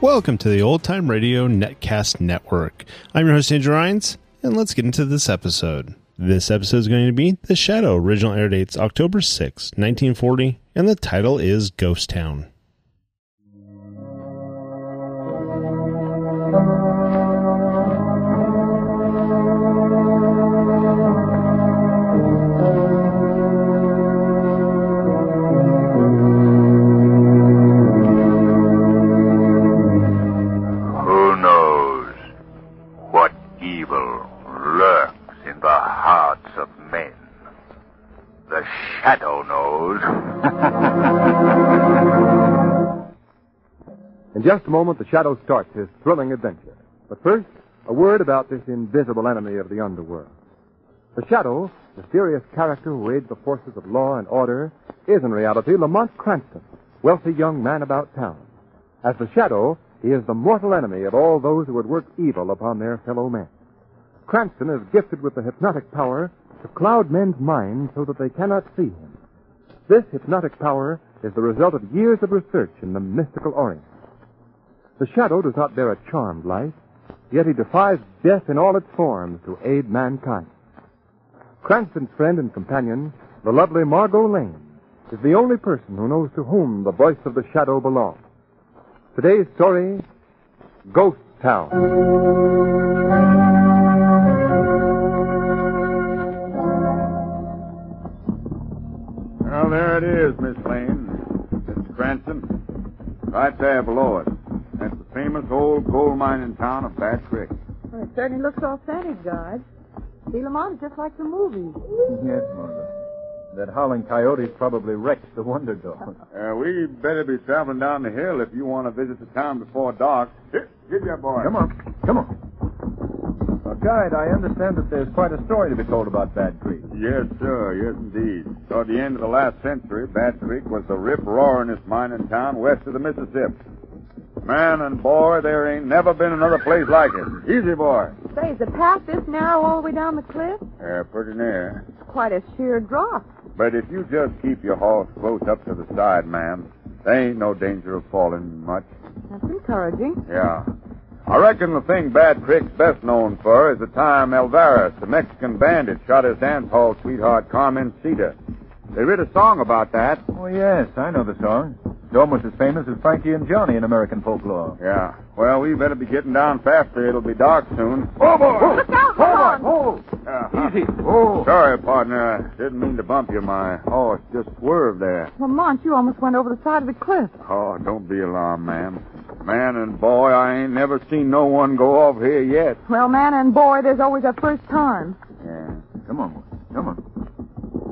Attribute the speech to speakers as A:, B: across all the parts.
A: Welcome to the Old Time Radio Netcast Network. I'm your host, Andrew Rines, and let's get into this episode. This episode is going to be The Shadow. Original air dates October 6, 1940, and the title is Ghost Town.
B: Who knows what evil lurks in the hearts of men? The shadow knows.
C: In just a moment, the Shadow starts his thrilling adventure. But first, a word about this invisible enemy of the underworld. The Shadow, mysterious character who aids the forces of law and order, is in reality Lamont Cranston, wealthy young man about town. As the Shadow, he is the mortal enemy of all those who would work evil upon their fellow men. Cranston is gifted with the hypnotic power to cloud men's minds so that they cannot see him. This hypnotic power is the result of years of research in the mystical Orient. The shadow does not bear a charmed life, yet he defies death in all its forms to aid mankind. Cranston's friend and companion, the lovely Margot Lane, is the only person who knows to whom the voice of the shadow belongs. Today's story Ghost Town.
D: Well, there it is, Miss Lane. Mr. Cranston. Right there below us. That's the famous old gold mining town of Bat Creek.
E: Well, it certainly looks authentic, Dodge. See, Lamont is just like the movie.
F: Yes, Margot. That howling coyote's probably wrecked the Wonder Dog.
D: Uh, we better be traveling down the hill if you want to visit the town before dark. Here, give your boy.
F: Come on, come on. Well, guide, I understand that there's quite a story to be told about Bad Creek.
D: Yes, sir. Yes, indeed. Toward the end of the last century, Bat Creek was the rip roaringest mining town west of the Mississippi. Man and boy, there ain't never been another place like it. Easy, boy.
E: Say, is the path this narrow all the way down the cliff?
D: Uh, pretty near.
E: It's quite a sheer drop.
D: But if you just keep your horse close up to the side, ma'am, there ain't no danger of falling much.
E: That's encouraging.
D: Yeah. I reckon the thing Bad Creek's best known for is the time Alvarez, the Mexican bandit, shot his dance hall sweetheart Carmen Cedar. They writ a song about that.
F: Oh, yes, I know the song. It's almost as famous as Frankie and Johnny in American folklore.
D: Yeah. Well, we better be getting down faster. It'll be dark soon. Oh, boy!
E: Look out, Lamont!
D: Oh! Easy. Oh. Sorry, partner. I didn't mean to bump you. My horse just swerved there.
E: Lamont, you almost went over the side of the cliff.
D: Oh, don't be alarmed, ma'am. Man and boy, I ain't never seen no one go off here yet.
E: Well, man and boy, there's always a first time.
D: Yeah.
F: Come on, come on.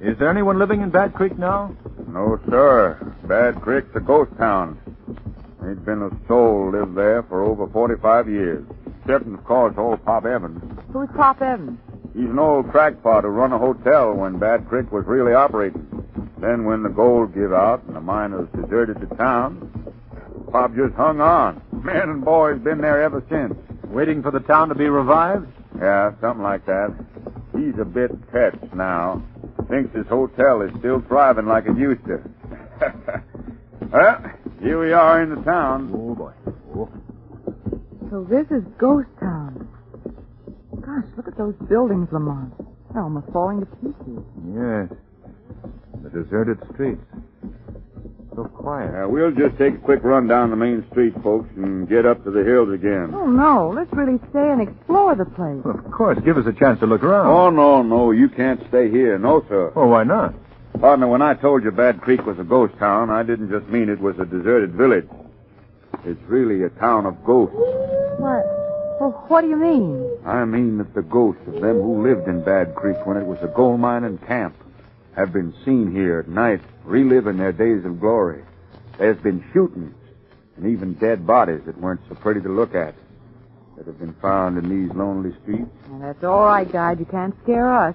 F: Is there anyone living in Bad Creek now?
D: No, sir. Bad Creek's a ghost town. Ain't been a soul lived there for over 45 years. Excepting, of course, old Pop Evans.
E: Who's Pop Evans?
D: He's an old crackpot who run a hotel when Bad Creek was really operating. Then when the gold give out and the miners deserted the town, Pop just hung on. Man and boy's been there ever since.
F: Waiting for the town to be revived?
D: Yeah, something like that. He's a bit touched now. Thinks his hotel is still thriving like it used to. well, here we are in the town.
F: Oh, boy.
E: So this is Ghost Town. Gosh, look at those buildings, Lamont. They're almost falling to pieces.
F: Yes. The deserted streets. So quiet.
D: Uh, we'll just take a quick run down the main street, folks, and get up to the hills again.
E: Oh, no. Let's really stay and explore the place.
F: Well, of course, give us a chance to look around.
D: Oh, no, no, you can't stay here. No, sir.
F: Well, why not?
D: Partner, when I told you Bad Creek was a ghost town, I didn't just mean it was a deserted village. It's really a town of ghosts.
E: What? Well, what do you mean?
D: I mean that the ghosts of them who lived in Bad Creek when it was a gold mine and camp have been seen here at night, reliving their days of glory. There's been shootings and even dead bodies that weren't so pretty to look at that have been found in these lonely streets.
E: Now, that's all right, Guide. You can't scare us.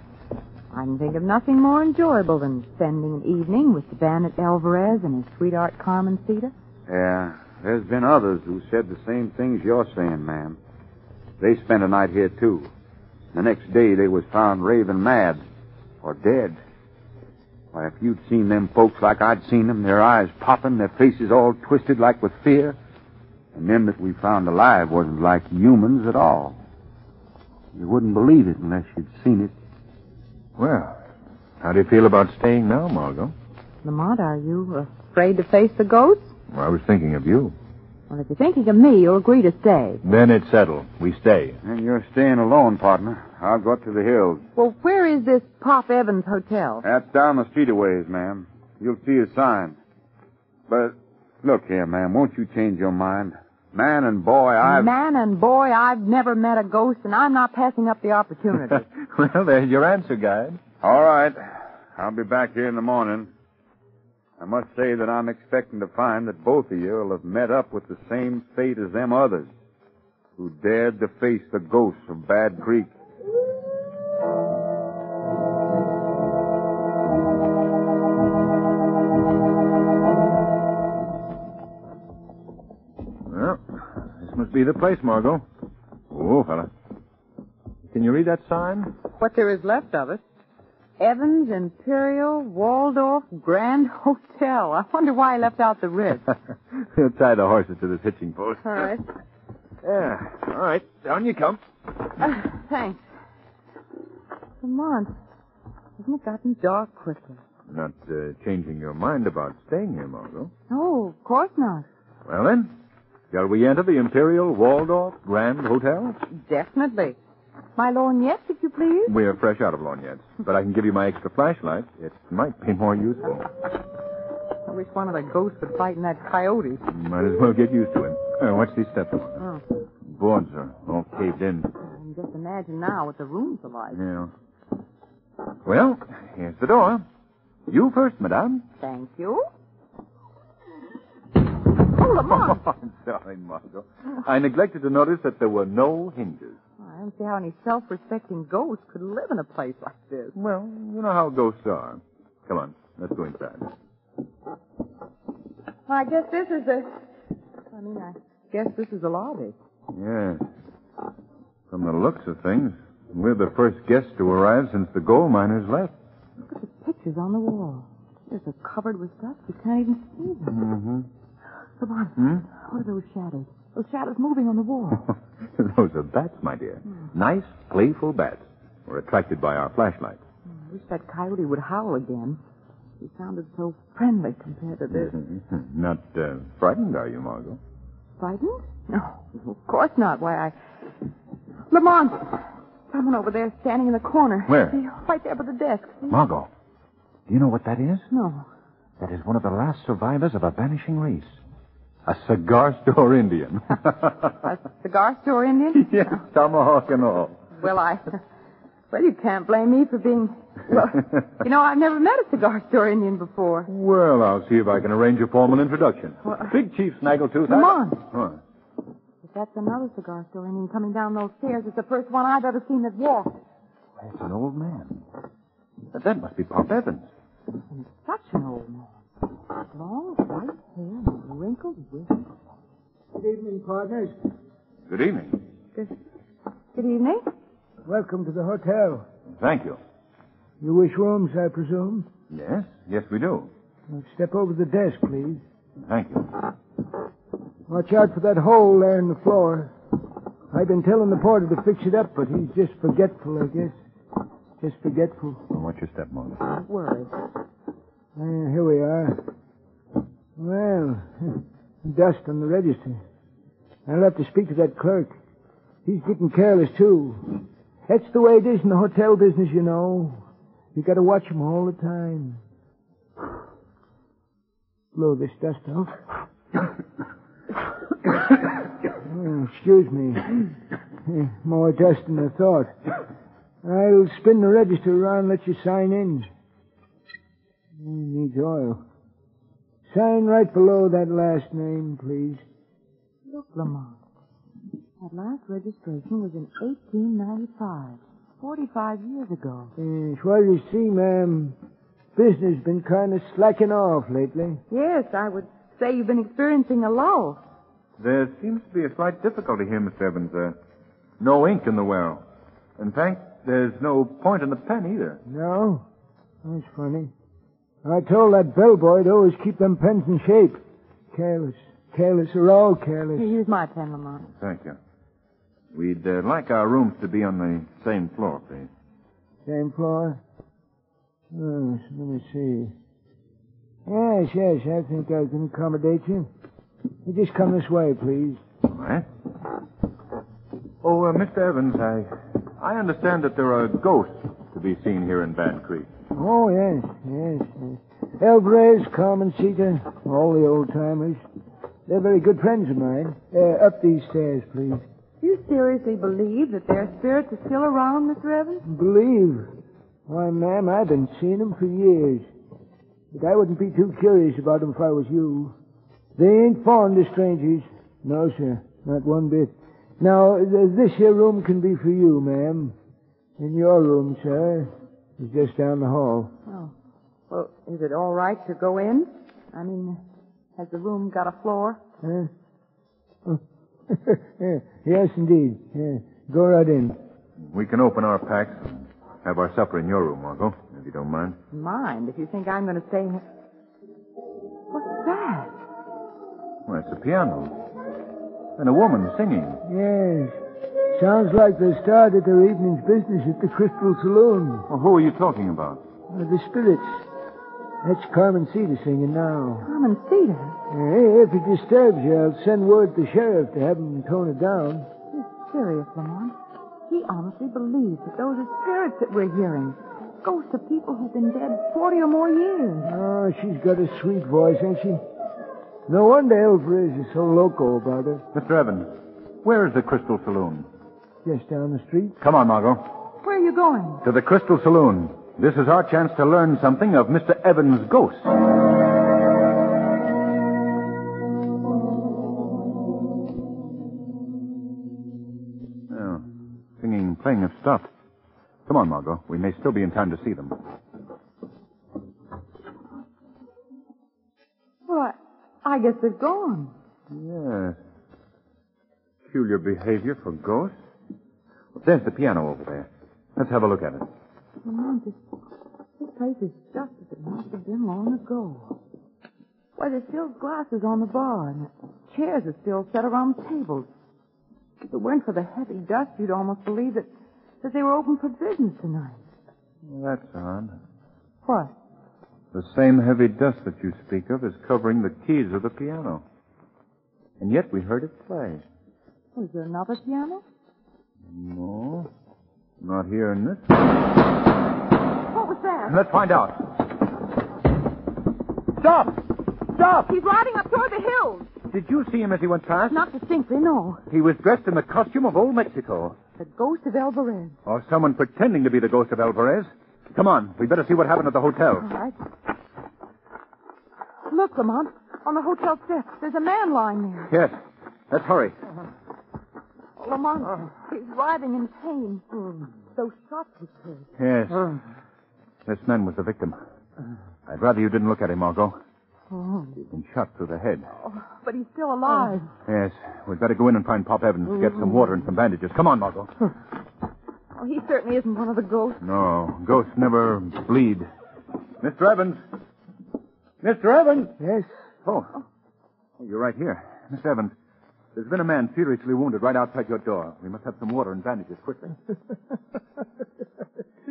E: I can think of nothing more enjoyable than spending an evening with the bandit Alvarez and his sweetheart Carmen Cedar.
D: Yeah, there's been others who said the same things you're saying, ma'am. They spent a night here, too. The next day, they was found raving mad or dead. Why, if you'd seen them folks like I'd seen them, their eyes popping, their faces all twisted like with fear,
G: And them that we found alive wasn't like humans at all. You wouldn't believe it unless you'd seen it.
D: Well, how do you feel about staying now, Margot?
E: Lamont, are you afraid to face the ghosts?
D: Well, I was thinking of you.
E: Well, if you're thinking of me, you'll agree to stay.
D: Then it's settled. We stay.
G: And you're staying alone, partner. I'll go up to the hills.
E: Well, where is this Pop Evans Hotel?
G: That's down the street a ways, ma'am. You'll see a sign. But look here, ma'am, won't you change your mind? Man and boy, I've...
E: Man and boy, I've never met a ghost, and I'm not passing up the opportunity.
D: well, there's your answer, guide.
G: All right. I'll be back here in the morning. I must say that I'm expecting to find that both of you will have met up with the same fate as them others who dared to face the ghosts of Bad Creek.
D: Well, this must be the place, Margot. Oh, fella. Can you read that sign?
E: what there is left of it. Evans Imperial Waldorf Grand Hotel. I wonder why I left out the ribs.
D: We'll tie the horses to this hitching post.
E: All right.
D: Yeah. All right. Down you come.
E: Uh, thanks. Lamont, hasn't it gotten dark quickly?
D: Not uh, changing your mind about staying here, Margot.
E: No, of course not.
D: Well, then, shall we enter the Imperial Waldorf Grand Hotel?
E: Definitely. My lorgnette, if you please.
D: We're fresh out of lorgnettes, but I can give you my extra flashlight. It might be more useful.
E: I wish one of the ghosts would fight in that coyote.
D: Might as well get used to it. Uh, watch these steps.
E: Oh,
D: Boards are all caved in.
E: I can just imagine now what the rooms are like.
D: Yeah. Well, here's the door. You first, madame.
E: Thank you. Oh, Lamont!
D: I'm sorry, Margot. I neglected to notice that there were no hinges.
E: I don't see how any self-respecting ghost could live in a place like this.
D: Well, you know how ghosts are. Come on, let's go inside.
E: Well, I guess this is the. I mean, I guess this is the lobby.
D: Yeah. From the looks of things, we're the first guests to arrive since the gold miners left.
E: Look at the pictures on the wall. There's a covered with dust. You can't even see them.
D: Mm-hmm. Hmm?
E: Come on. What are those shadows? Those shadows moving on the wall.
D: Those are bats, my dear. Nice, playful bats. Were attracted by our flashlight.
E: I wish that coyote would howl again. He sounded so friendly compared to this.
H: Mm-hmm.
D: Not uh, frightened, are you, Margot?
E: Frightened? No, of course not. Why, I. Lamont! Someone over there standing in the corner.
D: Where?
E: See, Right there by the desk. See?
H: Margot, do you know what that is?
E: No.
H: That is one of the last survivors of a vanishing race.
D: A cigar store Indian.
E: A cigar store Indian?
D: yes, tomahawk and all.
E: Well, I. Well, you can't blame me for being. Well, you know, I've never met a cigar store Indian before.
D: Well, I'll see if I can arrange a formal introduction. Big Chief Snaggletooth.
E: Come on.
D: Huh.
E: If that's another cigar store Indian coming down those stairs, it's the first one I've ever seen that walked.
H: That's an old man.
D: That- That must be Pop Evans.
E: And such an old man. Long, white hair and wrinkled wig.
C: Good evening, partners.
D: Good evening.
E: Good, good evening.
C: Welcome to the hotel.
D: Thank you.
C: You wish rooms, I presume?
D: Yes, yes, we do.
C: Well, step over the desk, please.
D: Thank you.
C: Watch out for that hole there in the floor. I've been telling the porter to fix it up, but he's just forgetful, I guess. Just forgetful.
D: Well, watch your step, Margot.
E: Don't worry.
C: Ah, here we are. Well, dust on the register. I'll have to speak to that clerk. He's getting careless, too. That's the way it is in the hotel business, you know. You gotta watch 'em all the time. Blow this dust off. Oh, excuse me. Eh, More dust than I thought. I'll spin the register around and let you sign in. It needs oil. Sign right below that last name, please.
E: Look, Lamont. That last registration was in 1895, 45 years ago.
C: Yes, well, you see, ma'am, business been kind of slacking off lately.
E: Yes, I would say you've been experiencing a lull.
D: There seems to be a slight difficulty here, Mr. Evans. Uh, no ink in the well. In fact, there's no point in the pen either.
C: No? That's funny. I told that bellboy to always keep them pens in shape. Careless,
I: careless are all careless.
E: Here's my pen, Lamont.
D: Thank you. We'd uh, like our rooms to be on the same floor, please.
I: Same floor? Oh, so let me see. Yes, yes, I think I can accommodate you. You just come this way, please.
D: All right. Oh, uh, Mr. Evans, I I understand that there are ghosts to be seen here in Bad Creek.
I: Oh, yes, yes, yes. Alvarez, Carmen Seeker, all the old timers. They're very good friends of mine. Uh, up these stairs, please.
E: Do you seriously believe that their spirits are still around, Mr. Evans?
I: Believe. Why, ma'am, I've been seeing 'em for years. But I wouldn't be too curious about 'em if I was you. They ain't foreign to strangers. No, sir, not one bit. Now, th- this here room can be for you, ma'am. And your room, sir, is just down the hall.
E: Oh. Well, is it all right to go in? I mean, has the room got a floor?
I: Huh? yes, indeed. Yeah. Go right in.
D: We can open our packs and have our supper in your room, Margot, if you don't mind.
E: Mind, if you think I'm going to stay here. What's that?
D: Well, it's a piano. And a woman singing.
I: Yes. Sounds like they started their evening's business at the Crystal Saloon.
D: Well, who are you talking about?
I: Uh, the Spirits. That's Carmen Cedar singing now.
E: Common cedar.
I: Hey, if it disturbs you, I'll send word to the sheriff to have him tone it down.
E: He's serious, Lamont. He honestly believes that those are spirits that we're hearing. Ghosts of people who've been dead 40 or more years.
I: Oh, she's got a sweet voice, ain't she? No wonder Alvarez is so loco about her.
D: Mr. Evans, where is the Crystal Saloon?
I: Just down the street.
D: Come on, Margot.
E: Where are you going?
D: To the Crystal Saloon. This is our chance to learn something of Mr. Evans' ghost. Oh, singing, playing have stopped. Come on, Margot. We may still be in time to see them.
E: Well, I, I guess they're gone.
D: Yes. Peculiar behavior for ghosts. There's the piano over there. Let's have a look at it.
E: Lamont, Oh, this, this place is just as it must have been long ago. Why, there's still glasses on the bar, and the chairs are still set around the tables. If it weren't for the heavy dust, you'd almost believe that, that they were open for business tonight.
D: That's odd.
E: What?
D: The same heavy dust that you speak of is covering the keys of the piano. And yet we heard it play.
E: Was there another piano?
D: No, not here in this.
E: What was that?
D: Let's find out. Stop! Stop!
E: He's riding up toward the hills.
D: Did you see him as he went past?
E: Not distinctly, no.
D: He was dressed in the costume of old Mexico.
E: The ghost of Alvarez.
D: Or someone pretending to be the ghost of Alvarez. Come on, we better see what happened at the
E: All
D: hotel.
E: right. Look, Lamont, on the hotel steps, there's a man lying there.
D: Yes, let's hurry.
E: Lamont, he's writhing in pain. Those shots he took.
D: Yes. This man was the victim. I'd rather you didn't look at him, Margot. He's been shot through the head.
E: But he's still alive.
D: Yes, we'd better go in and find Pop Evans, get some water and some bandages. Come on, Margot.
E: Oh, he certainly isn't one of the ghosts.
D: No, ghosts never bleed. Mr. Evans! Mr. Evans!
I: Yes.
D: Oh. Oh, you're right here. Miss Evans, there's been a man seriously wounded right outside your door. We must have some water and bandages quickly. Do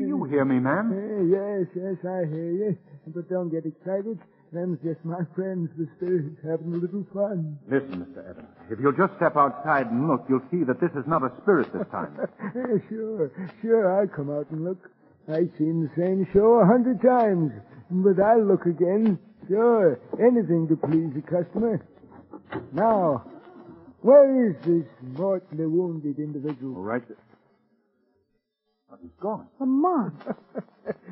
D: you hear me, ma'am?
I: Eh, yes, yes, I hear you. But don't get excited. Them's just my friends, the spirits, having a little fun.
D: Listen, Mr. Evans. If you'll just step outside and look, you'll see that this is not a spirit this time.
I: Eh, sure, sure, I'll come out and look. I've seen the same show a hundred times, but I'll look again. Sure, anything to please the customer. Now, where is this mortally wounded individual?
D: All right. But he's gone.
E: Lamont,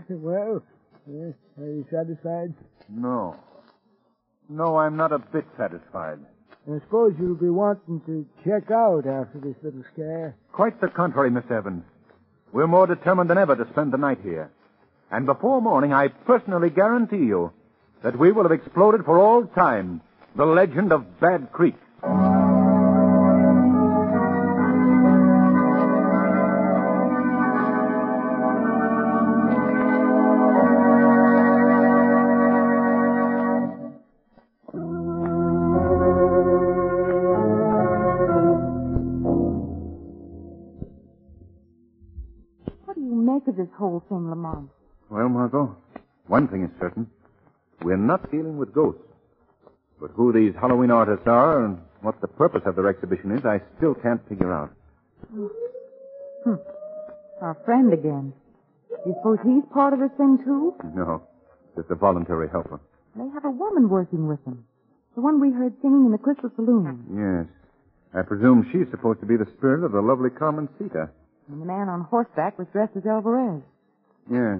I: well, eh, are you satisfied?
D: No. No, I'm not a bit satisfied.
I: I suppose you'll be wanting to check out after this little scare.
D: Quite the contrary, Miss Evans. We're more determined than ever to spend the night here. And before morning, I personally guarantee you that we will have exploded for all time the legend of Bad Creek.
E: this whole thing, Lamont.
D: Well, Margot, one thing is certain. We're not dealing with ghosts. But who these Halloween artists are and what the purpose of their exhibition is, I still can't figure out.
E: Our friend again. You suppose he's part of this thing, too?
D: No, just a voluntary helper.
E: They have a woman working with them. The one we heard singing in the Crystal Saloon.
D: Yes. I presume she's supposed to be the spirit of the lovely Carmen Sita.
E: And the man on horseback was dressed as Alvarez.
D: Yes.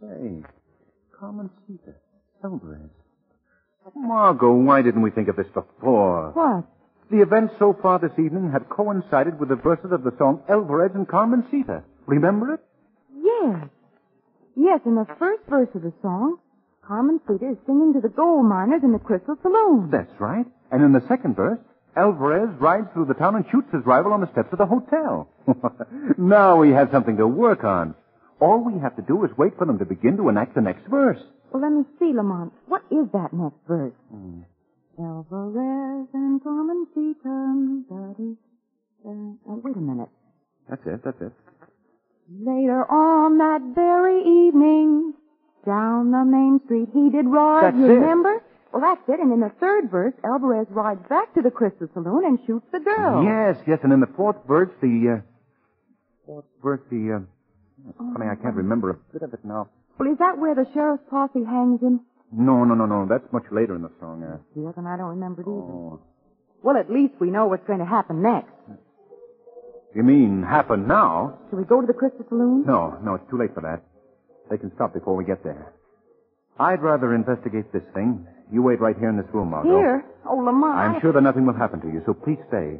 D: Say, Carmen Sita, Elbrez. Margot, why didn't we think of this before?
E: What?
D: The events so far this evening had coincided with the verses of the song Elvarez and Carmen Sita. Remember it?
E: Yes. Yes, in the first verse of the song, Carmen Sita is singing to the gold miners in the Crystal Saloon.
D: That's right. And in the second verse, Alvarez rides through the town and shoots his rival on the steps of the hotel. now we have something to work on. All we have to do is wait for them to begin to enact the next verse.
E: Well, let me see, Lamont. What is that next verse?
D: Mm.
E: Alvarez and Carmen Sita. da-dee, da- oh, wait a minute.
D: That's it, that's it.
E: Later on that very evening, down the main street he did ride,
D: That's
E: you
D: it.
E: remember? Well, that's it. And in the third verse, Alvarez rides back to the Crystal Saloon and shoots the girl.
D: Yes, yes, and in the fourth verse, the, uh, fourth verse, the, uh, it's funny, I can't remember a bit of it now.
E: Well, is that where the sheriff's posse hangs him?
D: No, no, no, no, that's much later in the song, uh,
E: Yes, and I don't remember it either.
D: oh.
E: Well, at least we know what's going to happen next.
D: You mean happen now?
E: Shall we go to the Crystal Saloon?
D: No, no, it's too late for that. They can stop before we get there. I'd rather investigate this thing. You wait right here in this room, Margot.
E: Here? Oh, Lamont.
D: I'm sure that nothing will happen to you, so please stay.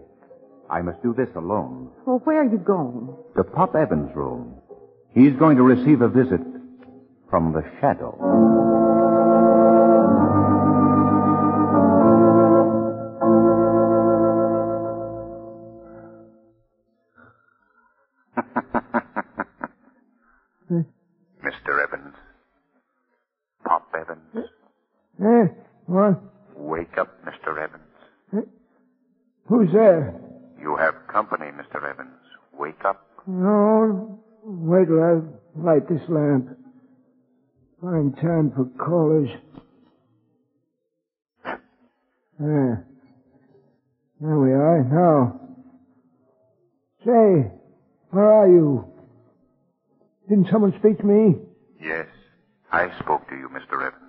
D: I must do this alone.
E: Well, where are you going?
D: To Pop Evans' room. He's going to receive a visit from the shadow.
B: Mr. Evans. Pop Evans.
I: Eh? What?
B: Wake up, Mr. Evans.
I: Who's there?
B: You have company, Mr. Evans. Wake up.
I: No. Oh, Wait till I light this lamp. Find time for callers. There. Eh, There we are. Now. Say, where are you? Didn't someone speak to me?
B: Yes, I spoke to you, Mr. Evans.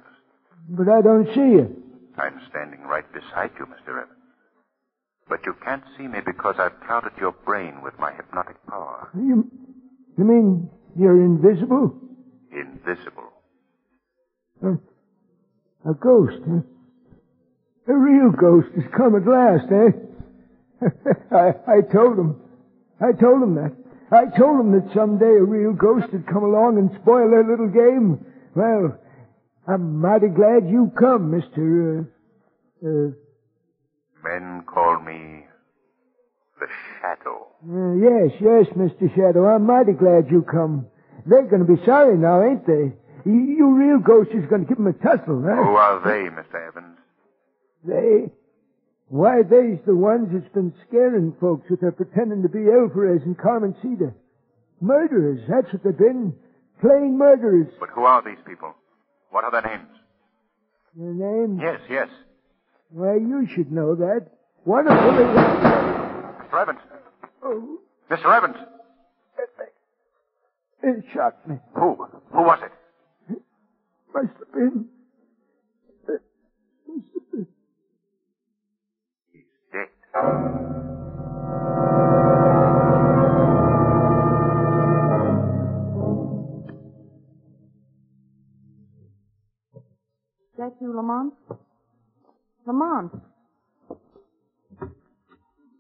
I: But I don't see you.
B: I'm standing right beside you, Mr. Evans. But you can't see me because I've clouded your brain with my hypnotic power.
I: You, you mean you're invisible?
B: Invisible.
I: A, a ghost, huh? A real ghost has come at last, eh? I, I told him. I told him that. I told him that someday a real ghost would come along and spoil their little game. Well, I'm mighty glad you come, Mr. Uh, uh,
B: Men call me the Shadow.
I: uh, yes, yes, Mr. Shadow, I'm mighty glad you come. They're gonna be sorry now, ain't they? You, you real ghost is gonna give 'em a tussle, huh?
B: Who are they, Mr. Evans?
I: They? Why, they's the ones that's been scaring folks with their pretending to be Alvarez and Carmen Cita. Murderers, that's what they've been. Plain murderers.
B: But who are these people? What are their names?
I: Their names?
B: Yes, yes.
I: Why, you should know that. One of them is...
B: Mr. Evans.
I: Oh,
B: Mr. Evans.
I: it shocked me.
B: Who? Who was it?
I: Must have been... Must have been...
B: He's dead.
E: Is that you, Lamont? Lamont.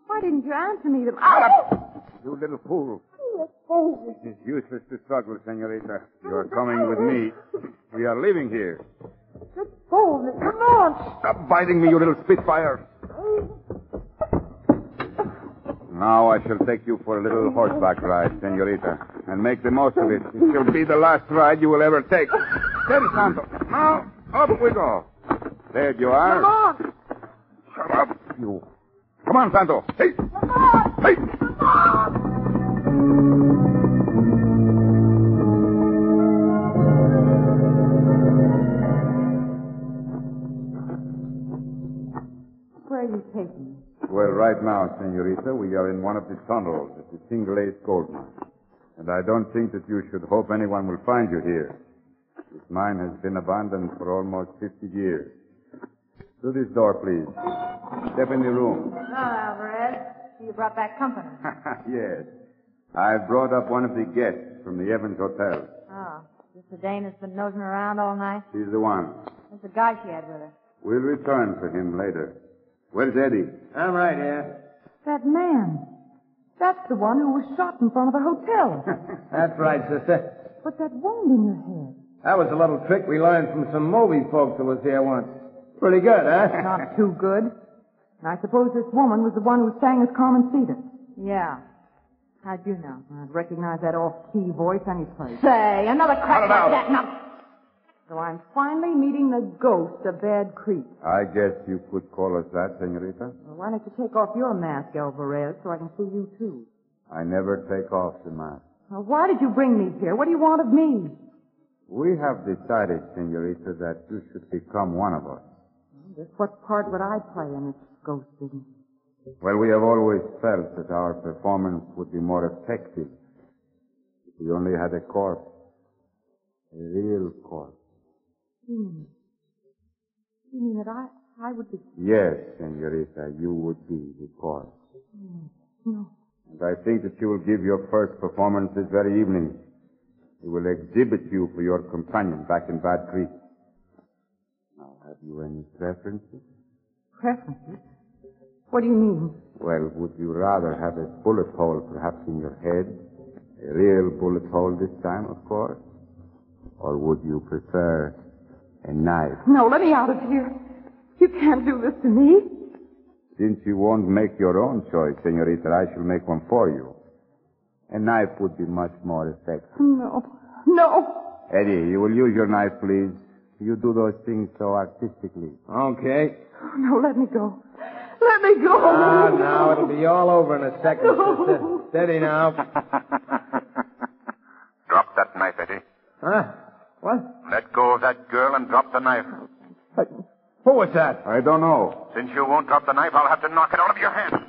E: Why didn't you answer me? Lam-
J: You little fool.
E: Oh!
J: It's useless to struggle, senorita. You are coming with me. We are leaving here.
E: Good boldness, Lamont!
J: Stop biting me, you little spitfire. Now I shall take you for a little horseback ride, senorita, and make the most of it. It shall be the last ride you will ever take. Steady, Santo. Now, up we go. There you are.
E: Lamont!
J: Shut up, you. Come on, Santo. Hey! Hey!
E: be taken?
D: Well, right now, senorita, we are in one of the tunnels at the Single Ace Gold Mine. And I don't think that you should hope anyone will find you here. This mine has been abandoned for almost 50 years. Through this door, please. Step in the room.
K: Hello,
E: Ah,
K: Alvarez. You brought back company.
D: yes. I brought up one of the guests from the Evans Hotel.
E: Ah,
K: Oh, this the Dane that's been nosing around all night?
D: She's the one.
K: That's the guy she had with her.
D: We'll return for him later. Where's Eddie?
L: I'm right here.
E: That man. That's the one who was shot in front of the hotel.
L: That's right, sister.
E: but that wound in your head.
L: That was a little trick we learned from some movie folks who was here once. Pretty good, huh?
E: Not too good. And I suppose this woman was the one who sang as Carmen Cedar.
K: Yeah. How'd you know?
E: I'd recognize that off-key voice any place.
K: Say, another
D: Cut it
K: crack
D: out.
K: like that. Now,
E: So I'm finally meeting the ghost of Bad Creek.
D: I guess you could call us that, senorita.
E: Well, why don't you take off your mask, Alvarez, so I can see you too?
D: I never take off the mask.
E: Now, why did you bring me here? What do you want of me?
D: We have decided, senorita, that you should become one of us.
E: Just what part would I play in this ghost business?
D: Well, we have always felt that our performance would be more effective if we only had a corpse. A real corpse.
E: You mean, you mean that I, I would be...
D: Yes, senorita, you would be the corpse.
E: No.
D: And I think that you will give your first performance this very evening. We will exhibit you for your companion back in Bad Creek. Now, have you any preferences?
E: Preferences? What do you mean?
D: Well, would you rather have a bullet hole perhaps in your head? A real bullet hole this time, of course? Or would you prefer a knife?
E: No, let me out of here. You can't do this to me.
D: Since you won't make your own choice, senorita, I shall make one for you. A knife would be much more effective.
E: No. No.
D: Eddie, you will use your knife, please. You do those things so artistically.
L: Okay.
E: No, let me go. Let me go.
L: Ah, now it'll be all over in a second, sister. Steady now.
B: Drop that knife, Eddie.
L: Huh? What?
B: Let go of that girl and drop the knife.
L: Who was that?
D: I don't know.
B: Since you won't drop the knife, I'll have to knock it out of your hand.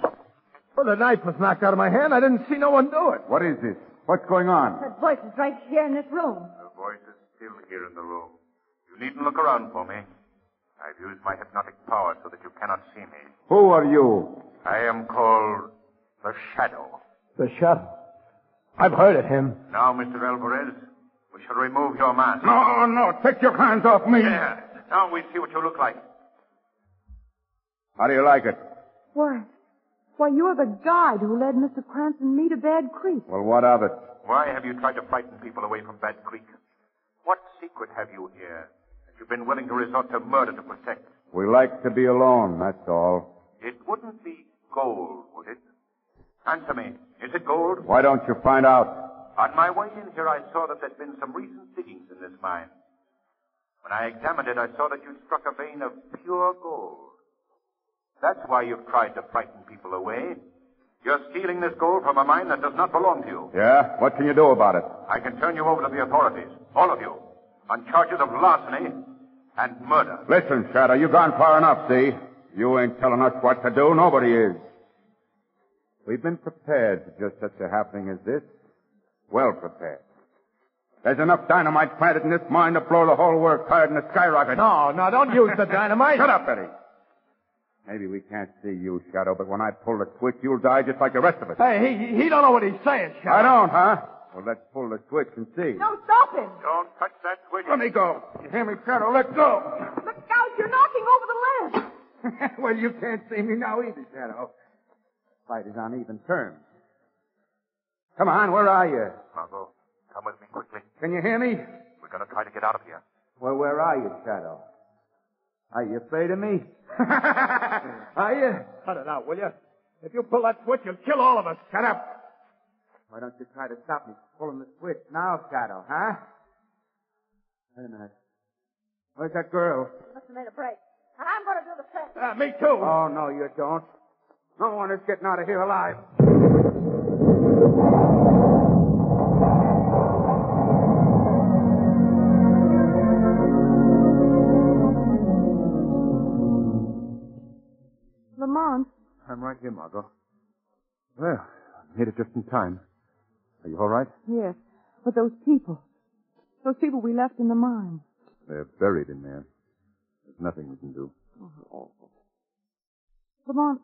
L: Well, the knife was knocked out of my hand. I didn't see no one do it.
D: What is this? What's going on?
K: that voice is right here in this room.
B: The voice is still here in the room. You needn't look around for me. I've used my hypnotic power so that you cannot see me.
D: Who are you?
B: I am called the Shadow.
L: The shadow. I've heard of him.
B: Now, Mr. Alvarez, we shall remove your mask.
D: No, no, take your hands off me.
B: Yeah. Now we see what you look like.
D: How do you like it?
E: Why? Why, you're the guide who led Mr. Krantz and me to Bad Creek.
D: Well, what of it?
B: Why have you tried to frighten people away from Bad Creek? What secret have you here that you've been willing to resort to murder to protect?
D: We like to be alone, that's all.
B: It wouldn't be gold, would it? Answer me. Is it gold?
D: Why don't you find out?
B: On my way in here, I saw that there'd been some recent diggings in this mine. When I examined it, I saw that you'd struck a vein of pure gold. That's why you've tried to frighten people away. You're stealing this gold from a mine that does not belong to you.
D: Yeah? What can you do about it?
B: I can turn you over to the authorities, all of you, on charges of larceny and murder.
D: Listen, Shadow, you've gone far enough, see? You ain't telling us what to do. Nobody is. We've been prepared for just such a happening as this. Well prepared. There's enough dynamite planted in this mine to blow the whole works higher than a skyrocket.
L: No, no, don't use the dynamite.
D: Shut up, Eddie. Maybe we can't see you, Shadow, but when I pull the switch, you'll die just like the rest of us.
L: Hey, he, he don't know what he's saying, Shadow.
D: I don't, huh? Well, let's pull the switch and see.
E: No, stop him.
B: Don't touch that switch.
D: Let me go. You hear me, Shadow? Let go.
E: Look out, you're knocking over the lamp.
D: well, you can't see me now either, Shadow. Fight is on even terms. Come on, where are you?
B: Margot, come with me quickly.
D: Can you hear me?
B: We're going to try to get out of here.
D: Well, where are you, Shadow? Are you afraid of me?
L: Are you? Cut it out, will you? If you pull that switch, you'll kill all of us. Shut up.
D: Why don't you try to stop me from pulling the switch now, Shadow, huh? Wait a minute. Where's that girl?
K: Must have made a break. And I'm going to do the same.
L: Ah, me too.
D: Oh, no, you don't. No one is getting out of here alive.
E: Lamont. on?
F: I'm right here, Margot. Well, I made it just in time. Are you all right?
E: Yes, but those people. Those people we left in the mine.
F: They're buried in there. There's nothing we can do.
E: Lamont,